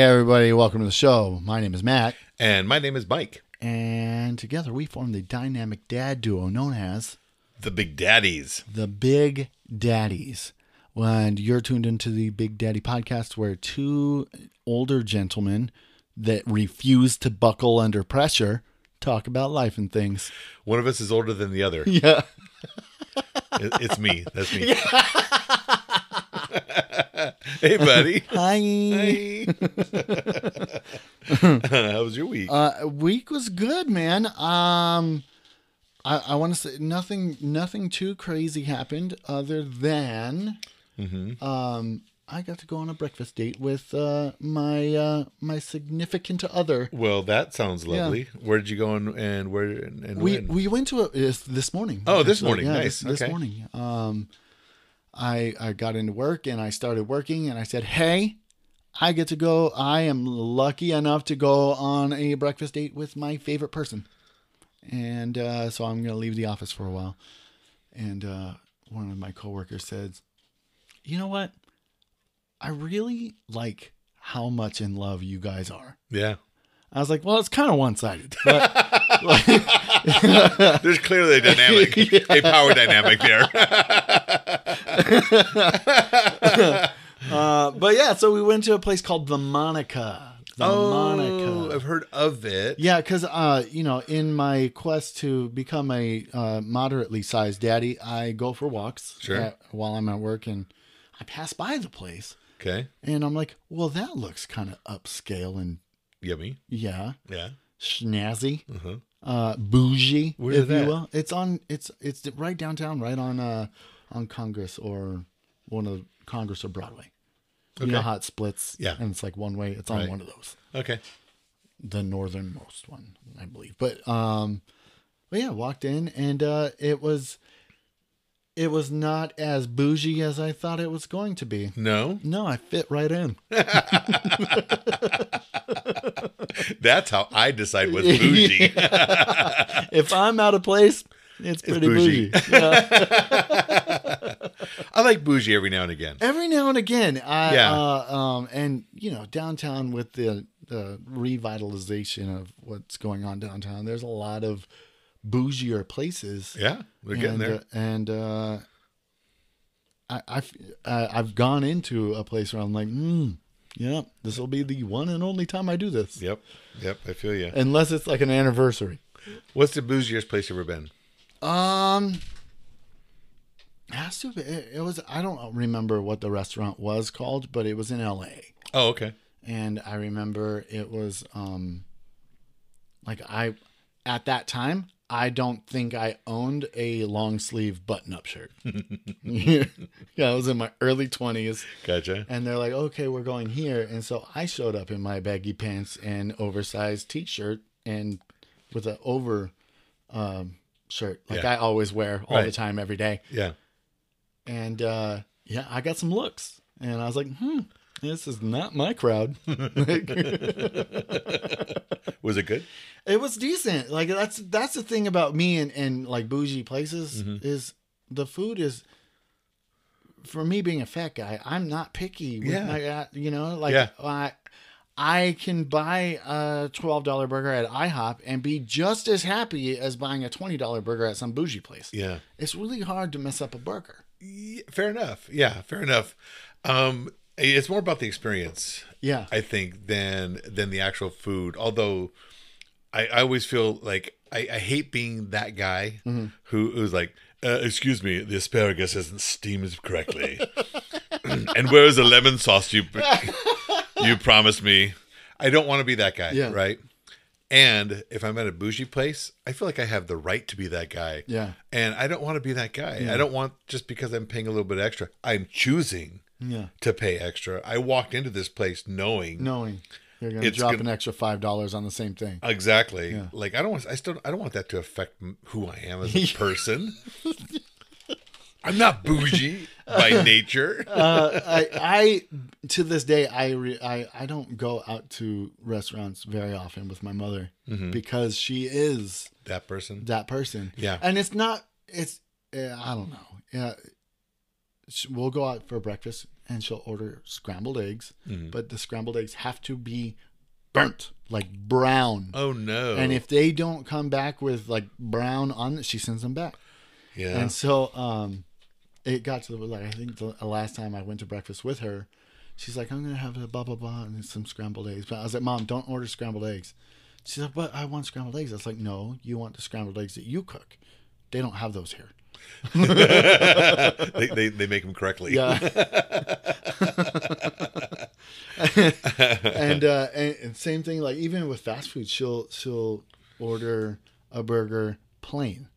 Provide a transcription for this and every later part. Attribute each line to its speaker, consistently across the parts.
Speaker 1: everybody, welcome to the show. My name is Matt,
Speaker 2: And my name is Mike,
Speaker 1: and together we form the dynamic dad duo known as
Speaker 2: the Big Daddies.
Speaker 1: the Big Daddies. And you're tuned into the Big Daddy podcast, where two older gentlemen that refuse to buckle under pressure talk about life and things.
Speaker 2: One of us is older than the other. It-
Speaker 1: Yeah.
Speaker 2: it's me. That's me. hey, buddy.
Speaker 1: Hi.
Speaker 2: Hey. How was your week?
Speaker 1: Uh, week was good, man. Um, I, I want to say nothing, nothing too crazy happened other than, um, I got to go on a breakfast date with uh, my uh, my significant other.
Speaker 2: well, that sounds lovely. Where did you go and, and where and
Speaker 1: We
Speaker 2: when?
Speaker 1: we went to a it's this morning.
Speaker 2: Oh, this
Speaker 1: actually.
Speaker 2: morning.
Speaker 1: Yeah,
Speaker 2: Nice.
Speaker 1: This, this
Speaker 2: Okay.
Speaker 1: morning. Um, I I got into work and I started working and I said, "Hey, I get to go. I am lucky enough to go on a breakfast date with my favorite person." And uh, so I'm gonna leave the office for a while. And uh, one of my coworkers said, "You know what? I really like how much in love you guys are."
Speaker 2: yeah.
Speaker 1: I was like, "Well, it's kind of one-sided."
Speaker 2: There's clearly a dynamic, a power dynamic there.
Speaker 1: Uh, but yeah, so we went to a place called the Monica. The
Speaker 2: oh,
Speaker 1: Monica.
Speaker 2: I've heard of it.
Speaker 1: Yeah, because uh, you know, in my quest to become a uh, moderately sized daddy, I go for walks
Speaker 2: Sure.
Speaker 1: at- while I'm at work, and I pass by the place,
Speaker 2: Okay.
Speaker 1: and I'm like, "Well, that looks kind of upscale and
Speaker 2: Yummy.
Speaker 1: yeah,
Speaker 2: Yeah.
Speaker 1: snazzy,
Speaker 2: Uh-huh.
Speaker 1: uh, bougie,
Speaker 2: Where's
Speaker 1: if you
Speaker 2: that?
Speaker 1: will." It's on. It's it's right downtown, right on uh on Congress or one of Congress or Broadway. You know
Speaker 2: Okay.
Speaker 1: how it splits,
Speaker 2: Yeah.
Speaker 1: and it's like one way. It's on
Speaker 2: Right.
Speaker 1: one of those.
Speaker 2: Okay.
Speaker 1: the northernmost one, I believe. But um but yeah, walked in and uh it was it was not as bougie as I thought it was going to be.
Speaker 2: No,
Speaker 1: No, I fit right in.
Speaker 2: that's how I decide what's bougie.
Speaker 1: If I'm out of place, it's pretty
Speaker 2: bougie.
Speaker 1: bougie. Yeah.
Speaker 2: I like bougie every now and again.
Speaker 1: Every now and again, I
Speaker 2: Yeah.
Speaker 1: uh, um and you know, downtown with the the revitalization of what's going on downtown, there's a lot of bougier places.
Speaker 2: Yeah, we're getting
Speaker 1: and,
Speaker 2: there.
Speaker 1: Uh, and uh, I, I've uh, I've gone into a place where I'm like, hmm, yeah, this will be the one and only time I do this,
Speaker 2: yep, yep. I feel you.
Speaker 1: unless it's like an anniversary.
Speaker 2: What's the bougiest place you've ever been?
Speaker 1: Um, has to be, it, it was I don't remember what the restaurant was called, but it was in L.A.
Speaker 2: Oh, okay.
Speaker 1: and I remember it was um, like I at that time. I don't think I owned a long sleeve button up shirt. yeah, I was in my early 20s.
Speaker 2: Gotcha.
Speaker 1: And they're like, okay, we're going here. And so I showed up in my baggy pants and oversized t shirt and with an over um, shirt, like
Speaker 2: Yeah.
Speaker 1: I always wear all the
Speaker 2: Right.
Speaker 1: time, every day.
Speaker 2: Yeah.
Speaker 1: And uh, yeah, I got some looks. And I was like, hmm, this is not my crowd.
Speaker 2: Was it good?
Speaker 1: it was decent. Like that's that's the thing about me and and like bougie places
Speaker 2: Mm-hmm.
Speaker 1: is the food is. For me being a fat guy, I'm not picky. With
Speaker 2: Yeah.
Speaker 1: my, uh, you know, like
Speaker 2: Yeah.
Speaker 1: I, I can buy a twelve dollar burger at IHOP and be just as happy as buying a twenty dollar burger at some bougie place.
Speaker 2: Yeah.
Speaker 1: It's really hard to mess up a burger.
Speaker 2: Yeah, Fair enough. Yeah, fair enough. Um, it's more about the experience,
Speaker 1: Yeah,
Speaker 2: I think, than than the actual food. Although, I, I always feel like I, I hate being that guy
Speaker 1: Mm-hmm.
Speaker 2: who who's like, uh, "Excuse me, the asparagus isn't steamed correctly." and where's the lemon sauce you you promised me? I don't want to be that guy,
Speaker 1: Yeah.
Speaker 2: right? And if I'm at a bougie place, I feel like I have the right to be that guy.
Speaker 1: Yeah.
Speaker 2: And I don't want to be that guy. I don't want just because I'm paying a little bit extra. I'm choosing
Speaker 1: yeah.
Speaker 2: to pay extra. I walked into this place knowing
Speaker 1: Knowing You're going to
Speaker 2: It's
Speaker 1: drop
Speaker 2: gonna-
Speaker 1: an extra $5 on the same thing.
Speaker 2: Exactly. Like I don't want. I still. I don't want that to affect m- who I am as a person. I'm not bougie by nature.
Speaker 1: uh, I, I to this day I, re, I I don't go out to restaurants very often with my mother
Speaker 2: Mm-hmm.
Speaker 1: because she is
Speaker 2: that person.
Speaker 1: that person.
Speaker 2: Yeah.
Speaker 1: and it's not it's uh, I don't know. Yeah, Sh- we'll go out for breakfast and she'll order scrambled eggs,
Speaker 2: Mm-hmm.
Speaker 1: but the scrambled eggs have to be burnt like brown.
Speaker 2: Oh no.
Speaker 1: And if they don't come back with like brown on it, she sends them back.
Speaker 2: yeah.
Speaker 1: And so um, it got to the like I think the last time I went to breakfast with her, she's like, "I'm gonna have a blah blah blah and some scrambled eggs." But I was like, "Mom, don't order scrambled eggs." She's like, "But I want scrambled eggs." I was like, "No, you want the scrambled eggs that you cook. They don't have those here."
Speaker 2: they, they they make them correctly.
Speaker 1: Yeah. and, uh, and and same thing, like even with fast food, she'll she'll order a burger plain,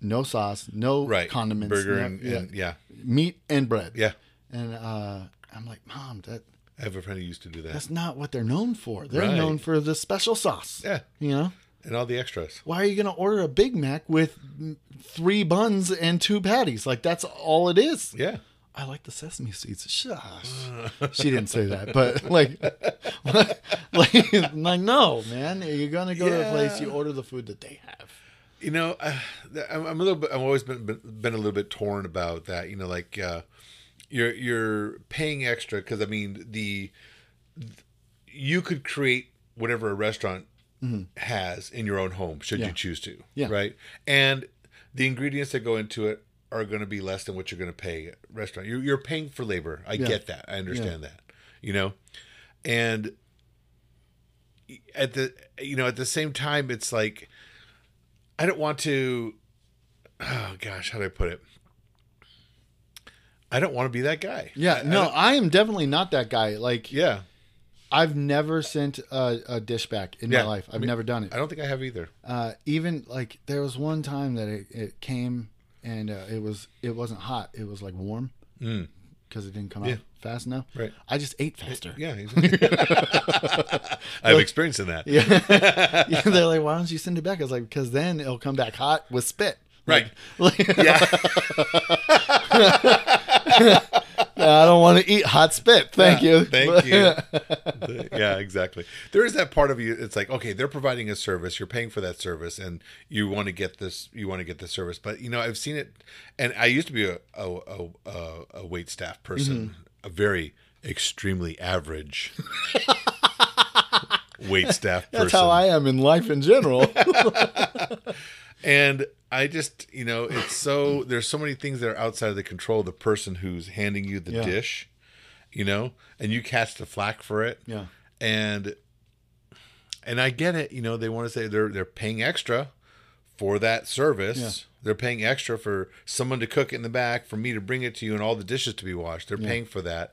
Speaker 1: no sauce, no
Speaker 2: Right.
Speaker 1: condiments,
Speaker 2: Burger
Speaker 1: no-
Speaker 2: and
Speaker 1: yeah,
Speaker 2: and yeah.
Speaker 1: meat and bread.
Speaker 2: Yeah.
Speaker 1: And uh, I'm like, Mom, that
Speaker 2: I have a friend who used to do that.
Speaker 1: that's not what they're known for. They're
Speaker 2: Right.
Speaker 1: known for the special sauce.
Speaker 2: yeah.
Speaker 1: You know,
Speaker 2: And all the extras.
Speaker 1: why are you going to order a Big Mac with mm, three buns and two patties? Like that's all it is.
Speaker 2: Yeah.
Speaker 1: I like the sesame seeds. Shush. she didn't say that, but like, like, like, no, man, you're gonna go to a place. You order the food that they have.
Speaker 2: You know, uh, I'm, I'm a little bit. I've always been, been been a little bit torn about that. You know, like uh, you're you're paying extra because I mean the you could create whatever a restaurant has in your own home should
Speaker 1: Mm-hmm. Yeah.
Speaker 2: you choose to.
Speaker 1: Yeah.
Speaker 2: Right. And the ingredients that go into it are going to be less than what you're going to pay at a restaurant. You're, you're paying for labor. I get that. I understand that. You know, and at the you know at the same time it's like I don't want to. Oh gosh, how do I put it? I don't want to be that guy.
Speaker 1: Yeah, no, I am definitely not that guy. Like,
Speaker 2: Yeah.
Speaker 1: I've never sent a, a dish back in
Speaker 2: Yeah.
Speaker 1: my life. I've never done it.
Speaker 2: I don't think I have either.
Speaker 1: uh, even like there was one time that it, it came and uh, it was it wasn't hot it was like warm because it didn't come out fast enough
Speaker 2: Mm. Right.
Speaker 1: i just ate faster
Speaker 2: Yeah. exactly. I have experience in that. Yeah.
Speaker 1: Yeah, they're like why don't you send it back i was like because then it'll come back hot with spit
Speaker 2: Right.
Speaker 1: Like,
Speaker 2: Yeah.
Speaker 1: i don't want to eat hot spit thank you
Speaker 2: Thank you. yeah, exactly. There is that part of you. It's like, okay, they're providing a service. You're paying for that service, and you want to get this. You want to get this service. But you know, I've seen it, and I used to be a a a, a, a wait staff person,
Speaker 1: Mm-hmm.
Speaker 2: a very extremely average wait staff person.
Speaker 1: that's how i am in life in general
Speaker 2: And I just, you know, it's so there's so many things that are outside of the control of the person who's handing you the
Speaker 1: Yeah.
Speaker 2: dish, you know, and you catch the flack for it.
Speaker 1: Yeah.
Speaker 2: And and I get it, you know, they want to say they're they're paying extra for that service. They're paying extra for someone to cook in the back, for me to bring it to you and all the dishes to be washed. They're paying for that.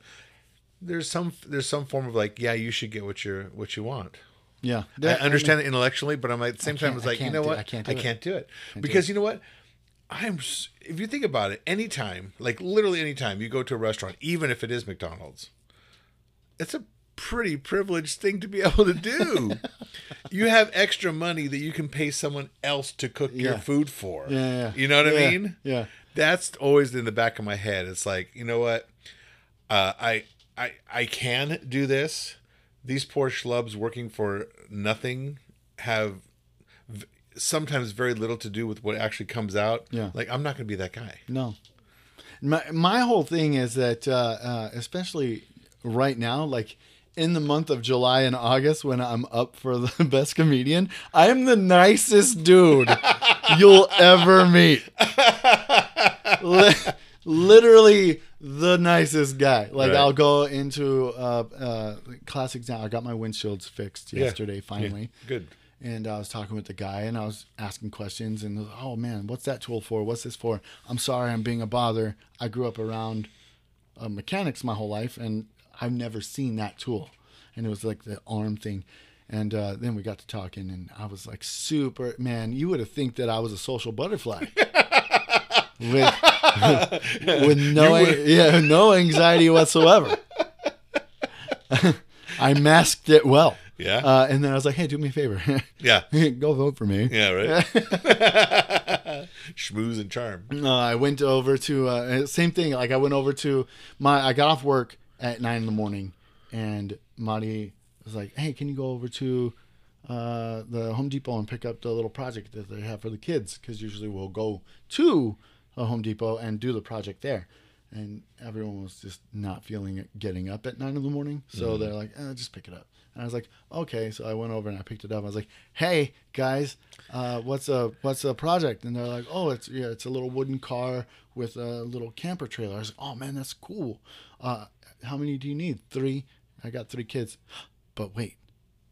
Speaker 2: There's some there's some form of like, yeah, you should get what you're what you want.
Speaker 1: yeah
Speaker 2: I understand it intellectually, but I'm at the same time,
Speaker 1: can't-
Speaker 2: it's
Speaker 1: I
Speaker 2: like, you
Speaker 1: can't
Speaker 2: know
Speaker 1: do-
Speaker 2: what?
Speaker 1: I can't do it.
Speaker 2: because you know what? I'm, s- if you think about it, anytime, like literally anytime you go to a restaurant, even if it is McDonald's, it's a pretty privileged thing to be able to do. you have extra money that you can pay someone else to cook your
Speaker 1: Yeah.
Speaker 2: food for.
Speaker 1: Yeah, yeah.
Speaker 2: You know what
Speaker 1: Yeah,
Speaker 2: I mean?
Speaker 1: yeah.
Speaker 2: That's always in the back of my head. It's like, you know what? uh, I I I can do this. These poor schlubs working for nothing have v- sometimes very little to do with what actually comes out.
Speaker 1: Yeah.
Speaker 2: Like I'm not going to be that guy.
Speaker 1: No. My my whole thing is that uh, uh, especially right now, like in the month of July and August when I'm up for the best comedian, I am the nicest dude you'll ever meet. Li- Literally the nicest guy. Like
Speaker 2: Right.
Speaker 1: I'll go into uh, uh, classics now. I got my windshields fixed yesterday, finally
Speaker 2: Good.
Speaker 1: and I was talking with the guy and I was asking questions and oh man, what's that tool for? What's this for? I'm sorry, I'm being a bother. I grew up around uh, mechanics my whole life and I've never seen that tool. And it was like the arm thing. And uh, then we got to talking and I was like, super man, you would have think that I was a social butterfly. with, with no yeah, no anxiety whatsoever. I masked it well.
Speaker 2: Yeah.
Speaker 1: Uh, and then I was like, hey, do me a favor.
Speaker 2: yeah.
Speaker 1: Go vote for me.
Speaker 2: Yeah, right. Schmooze and charm.
Speaker 1: Uh, I went over to uh, same thing. Like I went over to my. I got off work at nine in the morning, and Marty was like, "Hey, can you go over to uh, the Home Depot and pick up the little project that they have for the kids? Because usually we'll go to a Home Depot and do the project there." And everyone was just not feeling it getting up at nine in the morning, so they're like, eh, "Just pick it up." And I was like, "Okay." So I went over and I picked it up. I was like, "Hey guys, uh, what's a what's a project?" And they're like, "Oh, it's yeah, it's a little wooden car with a little camper trailer." I was like, "Oh man, that's cool. Uh, how many do you need? Three. I got three kids, but wait,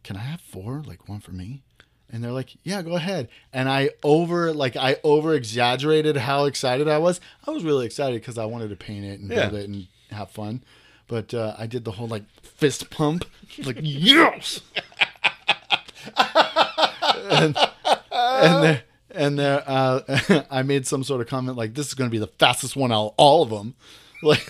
Speaker 1: can I have four? Like one for me?" And they're like, "Yeah, go ahead." And I over like I over exaggerated how excited I was. I was really excited because I wanted to paint it and
Speaker 2: Yeah.
Speaker 1: build it and have fun. But uh, I did the whole like fist pump, like yes.
Speaker 2: Oh.
Speaker 1: and there, and there, uh, I made some sort of comment like, "This is going to be the fastest one out of all of them," like,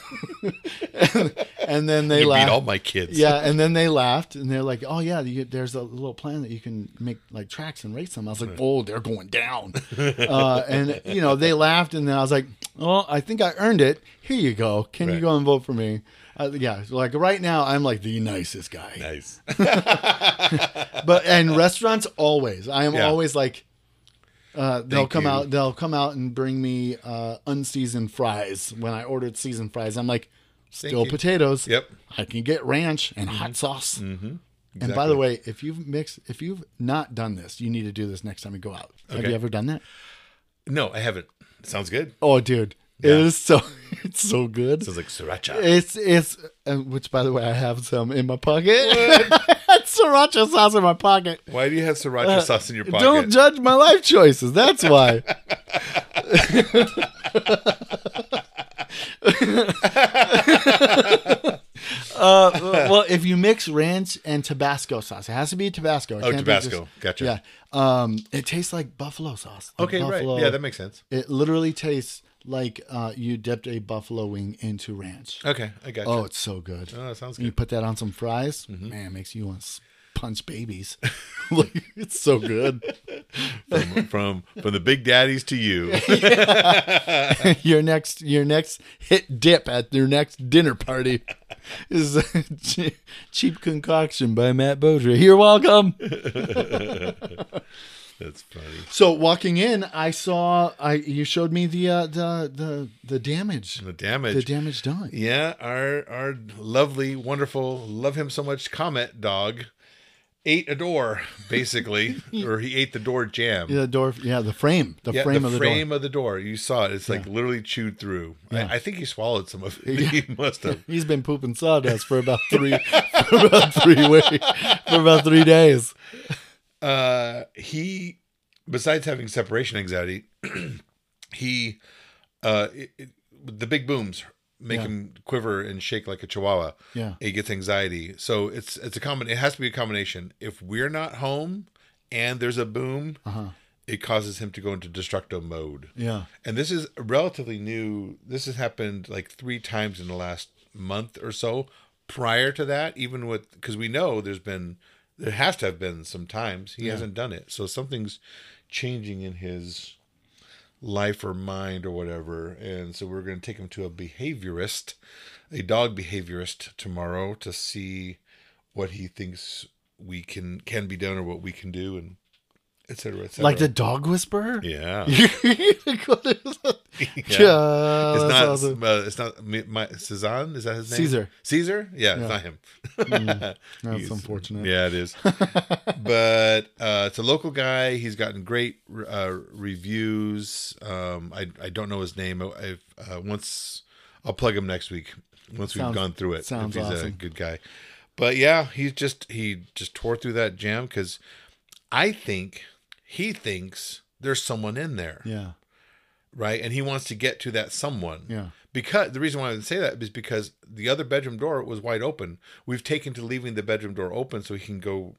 Speaker 1: and, and then they
Speaker 2: You beat
Speaker 1: laughed.
Speaker 2: all my kids.
Speaker 1: yeah, and then they laughed and they're like, "Oh yeah, you, there's a little plan that you can make like tracks and race them." I was like, "Oh, they're going down," uh, and you know they laughed, and then I was like, "Oh, I think I earned it. Here you go. Can you
Speaker 2: Right.
Speaker 1: go and vote for me?" Uh, yeah, so, like right now, I'm like the nicest guy
Speaker 2: Nice.
Speaker 1: but and restaurants always. I am
Speaker 2: Yeah.
Speaker 1: always like, uh, they'll
Speaker 2: Thank
Speaker 1: come
Speaker 2: you.
Speaker 1: out. They'll come out and bring me uh, unseasoned fries. When I ordered seasoned fries, I'm like, still
Speaker 2: you.
Speaker 1: potatoes.
Speaker 2: Yep.
Speaker 1: I can get ranch and hot sauce. Mm-hmm. And by
Speaker 2: Exactly.
Speaker 1: the way, if you've mixed, if you've not done this, you need to do this next time you go out. Have
Speaker 2: Okay.
Speaker 1: you ever done that?
Speaker 2: No, I haven't. Sounds good.
Speaker 1: Oh, dude,
Speaker 2: Yeah.
Speaker 1: it is so it's so good.
Speaker 2: Sounds like sriracha.
Speaker 1: It's it's uh, which by the way I have some in my pocket. Sriracha sauce in my pocket.
Speaker 2: Why do you have sriracha sauce in your pocket?
Speaker 1: Uh, Don't judge my life choices. That's why. uh, well, if you mix ranch and Tabasco sauce, it has to be Tabasco. It
Speaker 2: oh,
Speaker 1: can't be
Speaker 2: Tabasco. gotcha.
Speaker 1: just- yeah. Um, it tastes like buffalo sauce. Like
Speaker 2: Okay,
Speaker 1: buffalo-
Speaker 2: right. Yeah, that makes sense.
Speaker 1: it literally tastes like uh, you dipped a buffalo wing into ranch.
Speaker 2: Okay, I gotcha.
Speaker 1: Oh, it's so good.
Speaker 2: Uh, Oh, that sounds
Speaker 1: You
Speaker 2: good. Mm-hmm.
Speaker 1: put that on some fries, man, it makes you want to punch babies. like it's so good.
Speaker 2: From, from from the big daddies to you.
Speaker 1: your next your next hit dip at your next dinner party is che- cheap concoction by Matt Bodry. You're welcome.
Speaker 2: That's funny.
Speaker 1: So walking in, I saw I you showed me the uh, the the the damage,
Speaker 2: The damage.
Speaker 1: the damage done.
Speaker 2: Yeah, our our lovely, wonderful, love him so much Comet dog ate a door basically, or he ate the door jam.
Speaker 1: Yeah, the door. Yeah, the frame, the
Speaker 2: Yeah,
Speaker 1: frame
Speaker 2: the
Speaker 1: of the
Speaker 2: frame
Speaker 1: door.
Speaker 2: of the door. You saw it. It's like literally chewed through. I, I think he swallowed some of it. He must have.
Speaker 1: He's been pooping sawdust for about three for about three weeks, for about three days.
Speaker 2: Uh, he, besides having separation anxiety, he, uh, it, it- the big booms make
Speaker 1: Yeah.
Speaker 2: him quiver and shake like a chihuahua.
Speaker 1: Yeah.
Speaker 2: He gets anxiety. So it's it's a common. It has to be a combination. If we're not home and there's a boom,
Speaker 1: Uh-huh.
Speaker 2: it causes him to go into destructo mode.
Speaker 1: Yeah.
Speaker 2: And this is relatively new. This has happened like three times in the last month or so. Prior to that, even with because we know there's been there has to have been some times he hasn't done it. So something's changing in his life or mind or whatever. And so we're going to take him to a behaviorist, a dog behaviorist tomorrow to see what he thinks we can can be done or what we can do and et cetera, et cetera.
Speaker 1: Like the dog whisperer.
Speaker 2: yeah.
Speaker 1: yeah. that's
Speaker 2: it's not.
Speaker 1: awesome.
Speaker 2: Uh, it's not. Mi- My, Cezanne is that his name?
Speaker 1: Caesar. Mm.
Speaker 2: Caesar. Yeah, it's not him.
Speaker 1: That's
Speaker 2: He's-
Speaker 1: unfortunate.
Speaker 2: Yeah, it is. but uh, it's a local guy. He's gotten great uh, reviews. Um, I I don't know his name. I, I've, uh, once I'll plug him next week. Once we've
Speaker 1: Sounds-
Speaker 2: gone through it,
Speaker 1: sounds
Speaker 2: if he's a
Speaker 1: awesome.
Speaker 2: good guy. But yeah, he's just he just tore through that jam because I think he thinks there's someone in there
Speaker 1: Yeah.
Speaker 2: right? And he wants to get to that someone.
Speaker 1: Yeah.
Speaker 2: Because the reason why I would say that is because the other bedroom door was wide open. We've taken to leaving the bedroom door open so he can go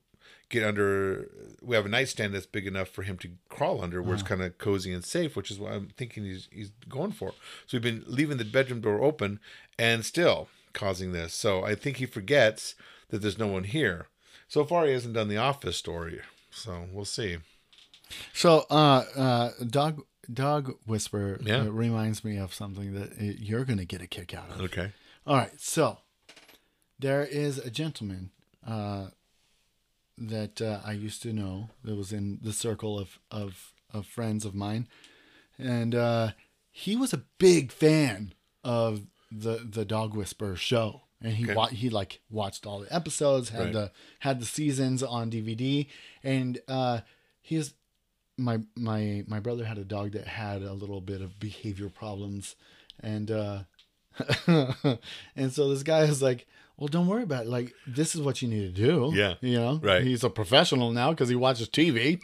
Speaker 2: get under. We have a nightstand that's big enough for him to crawl under, where it's kind of cozy and safe, which is what I'm thinking he's he's going for. So we've been leaving the bedroom door open and still causing this. So I think he forgets that there's no one here. So far, he hasn't done the office story. So we'll see.
Speaker 1: So, uh, uh, dog dog whisper
Speaker 2: Yeah.
Speaker 1: uh, reminds me of something that uh, you're gonna get a kick out of.
Speaker 2: Okay.
Speaker 1: All right, so there is a gentleman uh, that uh, I used to know that was in the circle of of, of friends of mine, and uh, he was a big fan of the the Dog Whisperer show, and he wa- he like watched all the episodes, had
Speaker 2: Right.
Speaker 1: the had the seasons on DVD, and uh, he's my my my brother had a dog that had a little bit of behavior problems and uh and so this guy is like well don't worry about it like this is what you need to do
Speaker 2: Yeah.
Speaker 1: you know
Speaker 2: Right.
Speaker 1: he's a professional now because he watches tv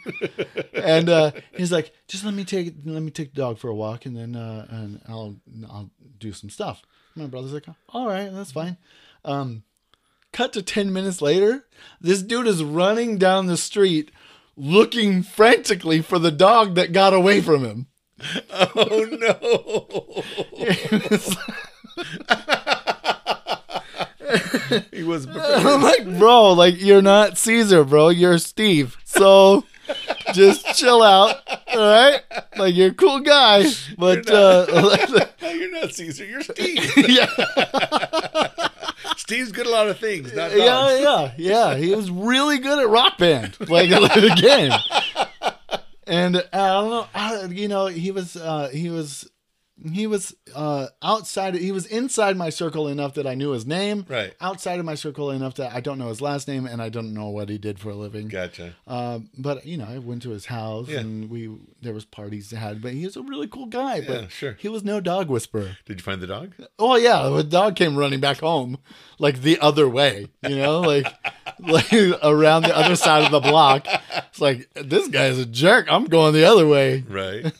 Speaker 1: and uh he's like just let me take let me take the dog for a walk and then uh and i'll i'll do some stuff my brother's like all right that's fine um cut to 10 minutes later this dude is running down the street looking frantically for the dog that got away from him
Speaker 2: Oh no! he was prepared.
Speaker 1: I'm like, bro, like you're not Caesar, bro. You're Steve. So just chill out, all right? Like you're a cool guy, but uh,
Speaker 2: You're not Caesar. You're Steve.
Speaker 1: yeah,
Speaker 2: Steve's good at a lot of things. Not dogs.
Speaker 1: yeah, yeah, yeah. He was really good at Rock Band, like the game. And uh, I don't know, I, you know, he was, uh, he was, he was uh, outside. He was inside my circle enough that I knew his name.
Speaker 2: Right.
Speaker 1: Outside of my circle enough that I don't know his last name and I don't know what he did for a living.
Speaker 2: Gotcha.
Speaker 1: Um, but you know, I went to his house
Speaker 2: Yeah.
Speaker 1: and we there was parties they had. But he was a really cool guy.
Speaker 2: Yeah,
Speaker 1: but
Speaker 2: sure.
Speaker 1: he was no dog whisperer.
Speaker 2: Did you find the dog?
Speaker 1: Oh yeah, the dog came running back home, like the other way. You know, like like around the other side of the block. It's like this guy's a jerk. I'm going the other way.
Speaker 2: Right.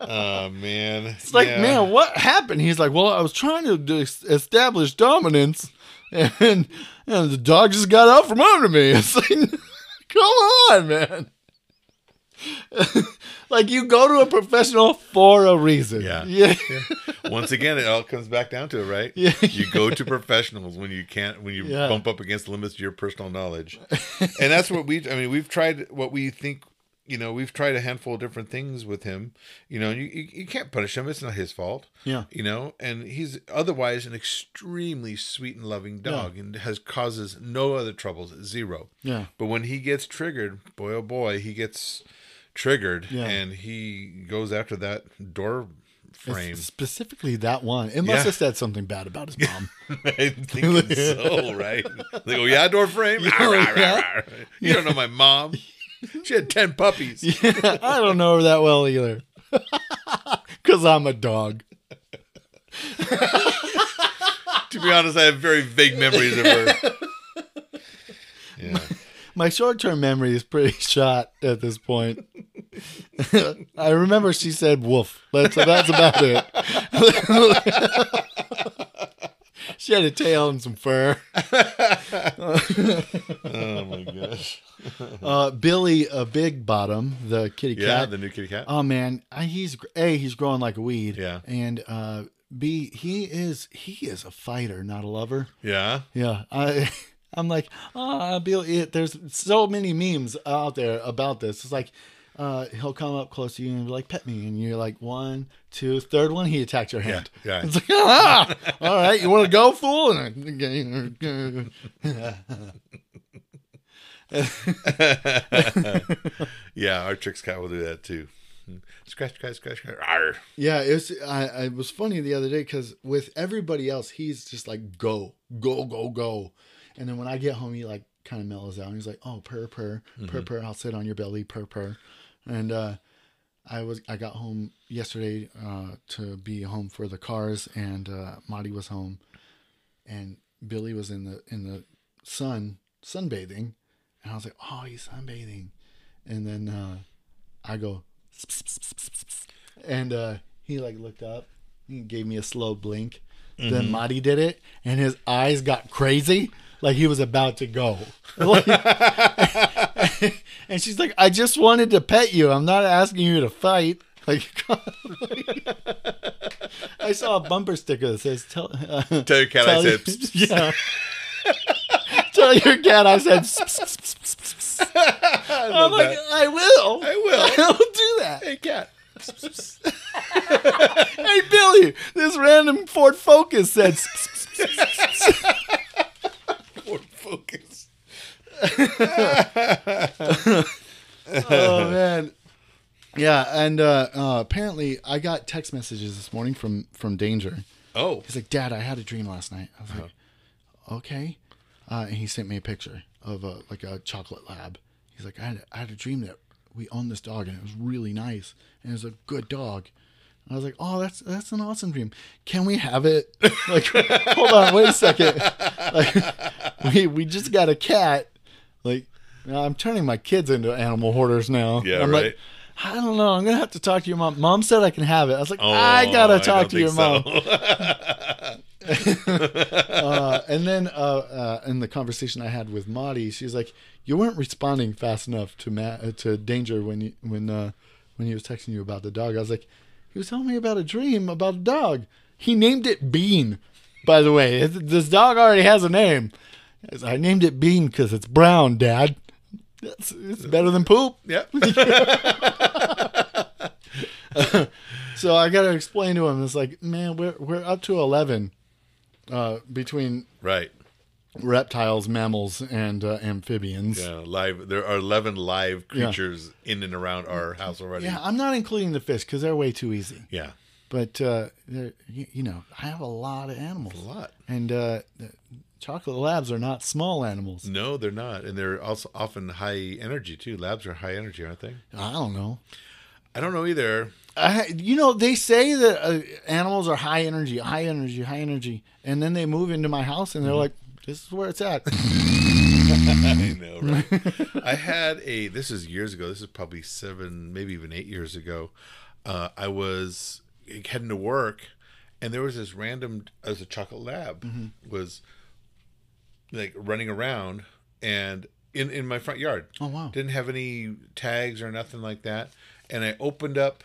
Speaker 2: oh man.
Speaker 1: It's like, man, what happened? He's like, well, I was trying to d- establish dominance, and and the dog just got out from under me. It's like, come on, man. like you go to a professional for a reason.
Speaker 2: Yeah.
Speaker 1: Yeah.
Speaker 2: Once again, it all comes back down to it, right?
Speaker 1: Yeah.
Speaker 2: You go to professionals when you can't, when you
Speaker 1: Yeah.
Speaker 2: bump up against the limits of your personal knowledge. and that's what we, I mean, we've tried what we think, you know, we've tried a handful of different things with him. You know, you, you, you can't punish him. It's not his fault.
Speaker 1: Yeah.
Speaker 2: You know, and he's otherwise an extremely sweet and loving dog and has causes no other troubles, zero.
Speaker 1: Yeah.
Speaker 2: But when he gets triggered, boy oh boy, he gets triggered
Speaker 1: Yeah.
Speaker 2: and he goes after that door frame.
Speaker 1: Specifically that one. It must
Speaker 2: Yeah.
Speaker 1: have said something bad about his mom.
Speaker 2: I'm thinking so, right? They go, yeah, door frame. Arr, arr,
Speaker 1: yeah.
Speaker 2: arr, arr. You don't know my mom. She had 10 puppies.
Speaker 1: I don't know her that well either. Cause I'm a dog.
Speaker 2: To be honest, I have very vague memories of her. Yeah.
Speaker 1: My short term memory is pretty shot at this point. I remember she said woof. That's, that's about it. she had a tail and some fur.
Speaker 2: Oh, my gosh.
Speaker 1: Uh, Billy, a big bottom, the kitty
Speaker 2: Yeah,
Speaker 1: cat.
Speaker 2: the new kitty cat.
Speaker 1: oh man, I, he's gr- a he's growing like a weed.
Speaker 2: Yeah.
Speaker 1: and uh, b he is he is a fighter, not a lover.
Speaker 2: Yeah.
Speaker 1: Yeah, I I'm like, ah, Bill. It, there's so many memes out there about this. It's like, uh, he'll come up close to you and be like, "Pet me," and you're like, one, two, third one, he attacked your hand.
Speaker 2: yeah.
Speaker 1: It's like, ah, all right, you want to go, fool? And
Speaker 2: Yeah, our Trix cat will do that too. Scratch, scratch, scratch, scratch. Arr.
Speaker 1: yeah, it was. I, I it was funny the other day because with everybody else, he's just like, go, go, go, go, and then when I get home, he like kind of mellows out, and he's like, oh, purr, purr, purr, purr. I'll sit on your belly, purr, purr, and uh, I was I got home yesterday uh, to be home for the cars, and uh, Marty was home, and Billy was in the in the sun sunbathing, and I was like, "Oh, he's sunbathing," and then uh, I go, and uh, he like looked up, he gave me a slow blink. Then Marty did it, and his eyes got crazy, like he was about to go. and she's like, "I just wanted to pet you. I'm not asking you to fight." Like, I saw a bumper sticker that says, "Tell." uh,
Speaker 2: Tell your cat
Speaker 1: Tell
Speaker 2: I said,
Speaker 1: you- yeah. tell your cat I said. "Psst, psst, psst, psst, psst, psst." I'm like, I will.
Speaker 2: I will.
Speaker 1: I'll do that.
Speaker 2: Hey, cat.
Speaker 1: Hey, Billy, this random Ford Focus said. "Psst, psst, psst."
Speaker 2: Ford Focus.
Speaker 1: oh man. Yeah, and uh, uh, apparently I got text messages this morning from from Danger.
Speaker 2: Oh,
Speaker 1: He's like, Dad, I had a dream last night. I was like,
Speaker 2: Uh-huh.
Speaker 1: Okay. Uh, and he sent me a picture of a like a chocolate lab. He's like, I had, I had a dream that we owned this dog and it was really nice and it was a good dog. And I was like, Oh, that's that's an awesome dream. Can we have it? Like, hold on, wait a second. Like, we we just got a cat. Like, I'm turning my kids into animal hoarders now.
Speaker 2: Yeah,
Speaker 1: I'm
Speaker 2: right.
Speaker 1: like, I don't know. I'm gonna have to talk to your mom. Mom said I can have it. I was like,
Speaker 2: Oh,
Speaker 1: I gotta
Speaker 2: I
Speaker 1: talk
Speaker 2: don't
Speaker 1: to your
Speaker 2: think
Speaker 1: mom.
Speaker 2: so.
Speaker 1: uh, and then uh, uh, in the conversation I had with Maddie, she's like, "You weren't responding fast enough to Matt uh, to Danger when you, when uh, when he was texting you about the dog." I was like, "He was telling me about a dream about a dog. He named it Bean. By the way, It's- this dog already has a name. I said, I named it Bean because it's brown, Dad. That's, it's better than poop."
Speaker 2: Yep.
Speaker 1: So I got to explain to him. It's like, man, we're we're up to eleven uh, between
Speaker 2: right.
Speaker 1: reptiles, mammals, and uh, amphibians. Yeah.
Speaker 2: Yeah, live. There are eleven live creatures in and around our house already.
Speaker 1: I'm not including the fish because they're way too easy.
Speaker 2: Yeah.
Speaker 1: But uh, they're- you, you know, I have a lot of animals.
Speaker 2: A lot.
Speaker 1: And uh, the chocolate labs are not small animals.
Speaker 2: No, they're not, and they're also often high energy too. Labs are high energy, aren't they?
Speaker 1: I don't know.
Speaker 2: I don't know either.
Speaker 1: I, you know, they say that uh, animals are high energy, high energy, high energy, and then they move into my house and they're
Speaker 2: Mm-hmm.
Speaker 1: like, "This is where it's at."
Speaker 2: I know, right? I had a. This is years ago. This is probably seven, maybe even eight years ago. Uh, I was heading to work, and there was this random as a chocolate lab was like running around and in in my front yard.
Speaker 1: Oh, wow.
Speaker 2: Didn't have any tags or nothing like that, and I opened up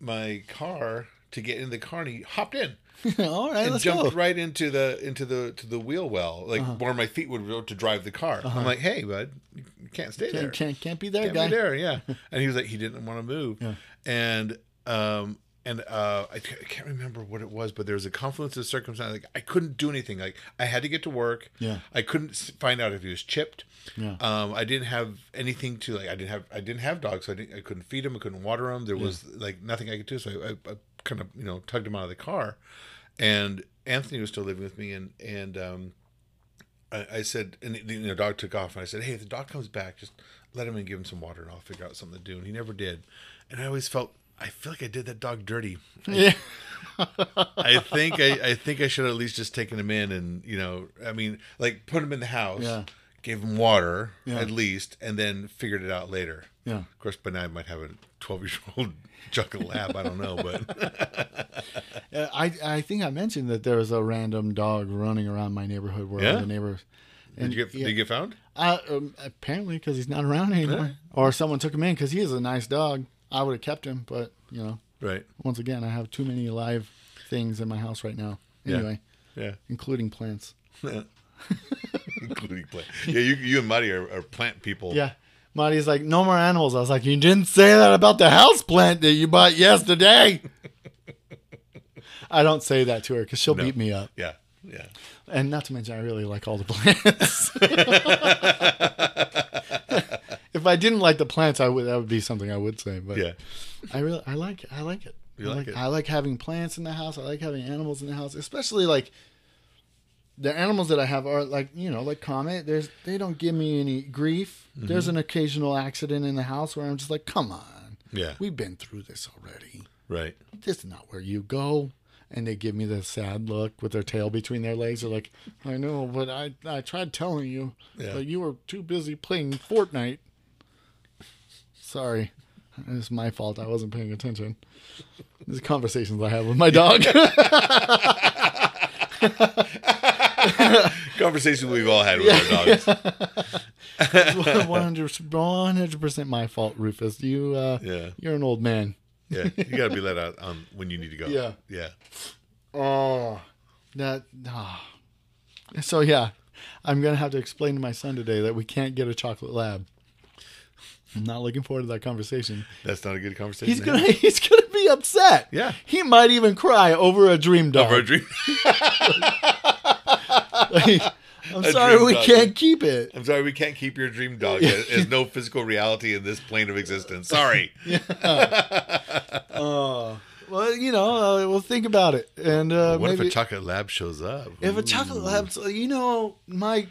Speaker 2: my car to get in the car, and he hopped in
Speaker 1: All right,
Speaker 2: and
Speaker 1: let's
Speaker 2: jumped
Speaker 1: go. Uh-huh.
Speaker 2: right into the into the to the wheel well, like where my feet would go to drive the car. I'm like, hey, bud, you can't stay there.
Speaker 1: Can't, can't can't be there,
Speaker 2: Can't
Speaker 1: guy.
Speaker 2: be there, yeah. and he was like, he didn't want to move, and um and uh I, ca- I can't remember what it was, but there was a confluence of circumstances. Like I couldn't do anything. Like I had to get to work.
Speaker 1: Yeah.
Speaker 2: I couldn't s- find out if he was chipped.
Speaker 1: Yeah.
Speaker 2: Um, I didn't have anything to like. I didn't have. I didn't have dogs, so I didn't. I couldn't feed him. I couldn't water him. There was like nothing I could do. So I, I, I kind of you know tugged him out of the car, and Anthony was still living with me, and and um, I, I said, and the you know, dog took off, and I said, hey, if the dog comes back, just let him and give him some water, and I'll figure out something to do. And he never did, and I always felt. I feel like I did that dog dirty.
Speaker 1: Yeah.
Speaker 2: I think I, I think I should at least just taken him in and you know I mean like put him in the house,
Speaker 1: Yeah.
Speaker 2: gave him water
Speaker 1: Yeah.
Speaker 2: at least, and then figured it out later.
Speaker 1: Yeah.
Speaker 2: Of course, by now I might have a twelve year old chocolate lab. I don't know, but
Speaker 1: Uh, I I think I mentioned that there was a random dog running around my neighborhood where
Speaker 2: Yeah?
Speaker 1: the neighbors.
Speaker 2: did you get
Speaker 1: yeah.
Speaker 2: did you get found?
Speaker 1: I, um, apparently because he's not around anymore, or someone took him in because he is a nice dog. I would have kept him, but you know,
Speaker 2: Right.
Speaker 1: once again, I have too many live things in my house right now. Anyway,
Speaker 2: Yeah.
Speaker 1: including plants.
Speaker 2: Including plant. Yeah, you you and Marty are, are plant people.
Speaker 1: Yeah, Marty's like, no more animals. I was like, you didn't say that about the house plant that you bought yesterday. I don't say that to her because she'll beat me up,
Speaker 2: Yeah. Yeah.
Speaker 1: and not to mention I really like all the plants. if I didn't like the plants, I would that would be something I would say. But
Speaker 2: Yeah.
Speaker 1: I really I like I like it.
Speaker 2: You
Speaker 1: I
Speaker 2: like
Speaker 1: like
Speaker 2: it.
Speaker 1: I like having plants in the house. I like having animals in the house, especially like the animals that I have are like you know like Comet. There's they don't give me any grief. There's
Speaker 2: Mm-hmm.
Speaker 1: an occasional accident in the house where I'm just like, come on,
Speaker 2: Yeah.
Speaker 1: we've been through this already.
Speaker 2: Right.
Speaker 1: This is not where you go. And they give me the sad look with their tail between their legs. They're like, I know, but I I tried telling you,
Speaker 2: Yeah.
Speaker 1: but you were too busy playing Fortnite. Sorry. It's my fault. I wasn't paying attention. These conversations I have with my dog.
Speaker 2: Conversation we've all had with our dogs.
Speaker 1: 100 percent my fault, Rufus. You uh
Speaker 2: Yeah.
Speaker 1: you're an old man.
Speaker 2: Yeah. You gotta be let out on when you need to go.
Speaker 1: Yeah.
Speaker 2: Yeah.
Speaker 1: Oh that ah. so yeah. I'm gonna have to explain to my son today that we can't get a chocolate lab. I'm not looking forward to that conversation.
Speaker 2: That's not a good conversation.
Speaker 1: He's
Speaker 2: to
Speaker 1: gonna he's gonna be upset.
Speaker 2: Yeah.
Speaker 1: He might even cry over a dream
Speaker 2: have.
Speaker 1: dog.
Speaker 2: Over a dream.
Speaker 1: I'm sorry
Speaker 2: dream
Speaker 1: we
Speaker 2: dog.
Speaker 1: can't keep it.
Speaker 2: I'm sorry, we can't keep your dream dog. There- There's no physical reality in this plane of existence. Sorry.
Speaker 1: Well, you know, uh, we'll think about it. And uh,
Speaker 2: what
Speaker 1: maybe
Speaker 2: if a chocolate lab shows up?
Speaker 1: if a chocolate lab, you know, my,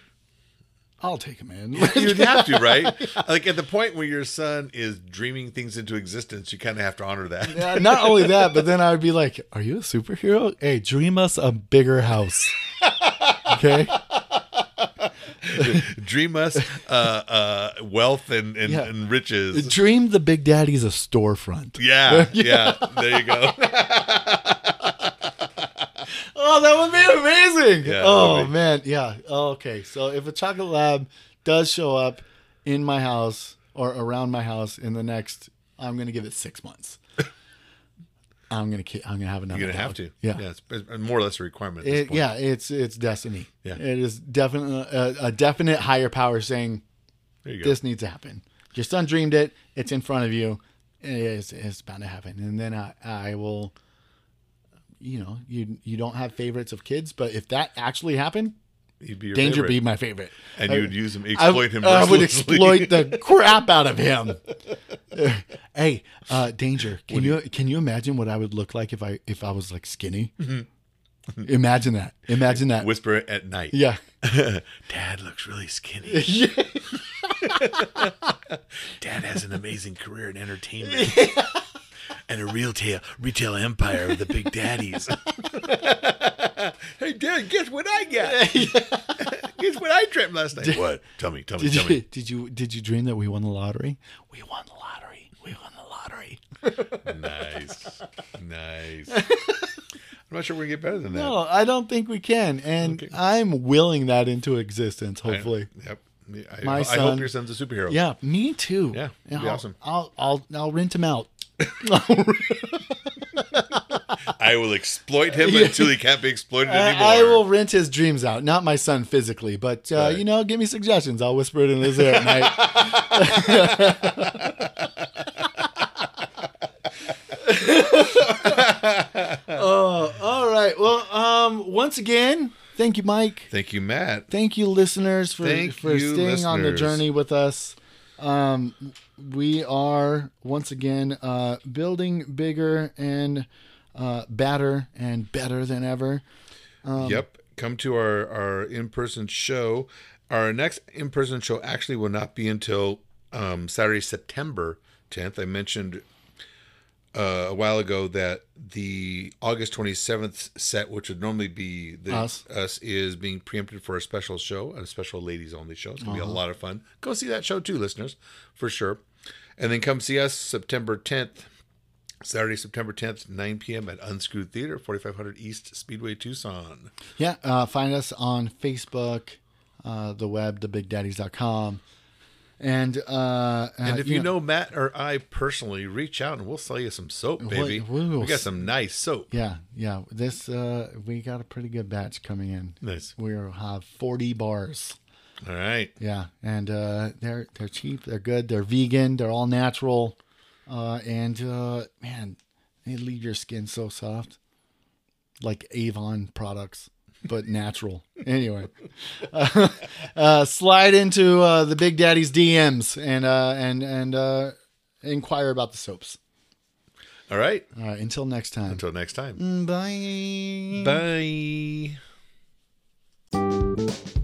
Speaker 1: I'll take him in.
Speaker 2: You'd have to, right? Like at the point where your son is dreaming things into existence, you kind of have to honor that.
Speaker 1: Yeah, not only that, but then I would be like, "Are you a superhero? Hey, dream us a bigger house." Okay.
Speaker 2: Dream us uh, uh, wealth and, and,
Speaker 1: Yeah.
Speaker 2: and riches.
Speaker 1: Dream the Big Daddy's a storefront.
Speaker 2: Yeah, yeah. There you go.
Speaker 1: Oh, that would be amazing.
Speaker 2: Yeah, it
Speaker 1: oh
Speaker 2: would be.
Speaker 1: man, yeah. Oh, okay, so if a chocolate lab does show up in my house or around my house in the next, I'm gonna give it six months. I'm gonna ki- I'm gonna have another.
Speaker 2: You're gonna
Speaker 1: dog.
Speaker 2: have to.
Speaker 1: Yeah.
Speaker 2: it's, it's more or less a requirement. At this
Speaker 1: It,
Speaker 2: point.
Speaker 1: yeah, it's it's destiny.
Speaker 2: Yeah.
Speaker 1: It is definitely a, a definite higher power saying
Speaker 2: There you go.
Speaker 1: this needs to happen. Your son dreamed it. It's in front of you. It's, it's bound to happen. And then I, I will, you know, you you don't have favorites of kids, but if that actually happened,
Speaker 2: He'd be your
Speaker 1: Danger
Speaker 2: favorite.
Speaker 1: be my favorite.
Speaker 2: and
Speaker 1: I-
Speaker 2: you'd use him,
Speaker 1: I,
Speaker 2: exploit him.
Speaker 1: I would
Speaker 2: mercilessly.
Speaker 1: exploit the crap out of him. hey, uh, Danger, can you can you imagine what I would look like if I if I was like skinny?
Speaker 2: Mm-hmm.
Speaker 1: imagine that. Imagine that.
Speaker 2: whisper it at night.
Speaker 1: yeah.
Speaker 2: Dad looks really skinny. Dad has an amazing career in entertainment and a real ta- retail empire of the Big Daddies. hey, Dad, guess what I got? guess what I dreamt last night? what? Tell me, tell me,
Speaker 1: Did
Speaker 2: tell
Speaker 1: you,
Speaker 2: me.
Speaker 1: did you did you dream that we won the lottery? We won the lottery. We won the lottery.
Speaker 2: Nice. Nice. I'm not sure we're going to get better than that.
Speaker 1: No, Oh, I don't think we can, and I'm willing that into existence.
Speaker 2: I-
Speaker 1: Hopefully,
Speaker 2: Yep. I,
Speaker 1: My
Speaker 2: I
Speaker 1: son-
Speaker 2: hope your son's a superhero.
Speaker 1: yeah, me too.
Speaker 2: Yeah,
Speaker 1: Yeah,
Speaker 2: it'd be
Speaker 1: I'll,
Speaker 2: awesome.
Speaker 1: I'll I'll I'll rent him out.
Speaker 2: I will exploit him until he can't be exploited anymore.
Speaker 1: I, I will rent his dreams out. Not my son physically, but uh,
Speaker 2: Right.
Speaker 1: you know, give me suggestions. I'll whisper it in his ear at night. oh, all right. Well, um, once again, thank you, Mike.
Speaker 2: Thank you, Matt.
Speaker 1: thank you listeners for
Speaker 2: Thank
Speaker 1: for
Speaker 2: you,
Speaker 1: staying on the
Speaker 2: listeners.
Speaker 1: journey with us um we are once again uh building bigger and uh badder and better than ever
Speaker 2: yep. Come to our, our in person show. Our next in person show actually will not be until um, Saturday, September 10th. I mentioned uh, a while ago that the August 27th set, which would normally be the,
Speaker 1: Us.
Speaker 2: is being preempted for a special show, a special ladies only show. It's going to be a lot of fun. Go see that show too, listeners, for sure. And then come see us September 10th. Saturday, September 10th, 9 p.m. at Unscrewed Theater, 4500 East Speedway, Tucson.
Speaker 1: yeah uh find us on facebook uh the web thebigdaddies.com and uh, uh
Speaker 2: And if you know Matt or I personally, reach out and we'll sell you some soap, baby.
Speaker 1: we will
Speaker 2: we got
Speaker 1: s-
Speaker 2: some nice soap.
Speaker 1: yeah yeah this uh we got a pretty good batch coming in
Speaker 2: Nice.
Speaker 1: we'll have 40 bars
Speaker 2: All right.
Speaker 1: Yeah, and uh, they're they're cheap, they're good, they're vegan, they're all natural, uh, and uh, man, they leave your skin so soft, like Avon products, but natural. Anyway, uh, uh, slide into uh, the Big Daddy's DMs and uh, and and uh, inquire about the soaps.
Speaker 2: All right.
Speaker 1: All right, until next time.
Speaker 2: Until
Speaker 1: Mm.
Speaker 2: next time.
Speaker 1: Bye.
Speaker 2: Bye.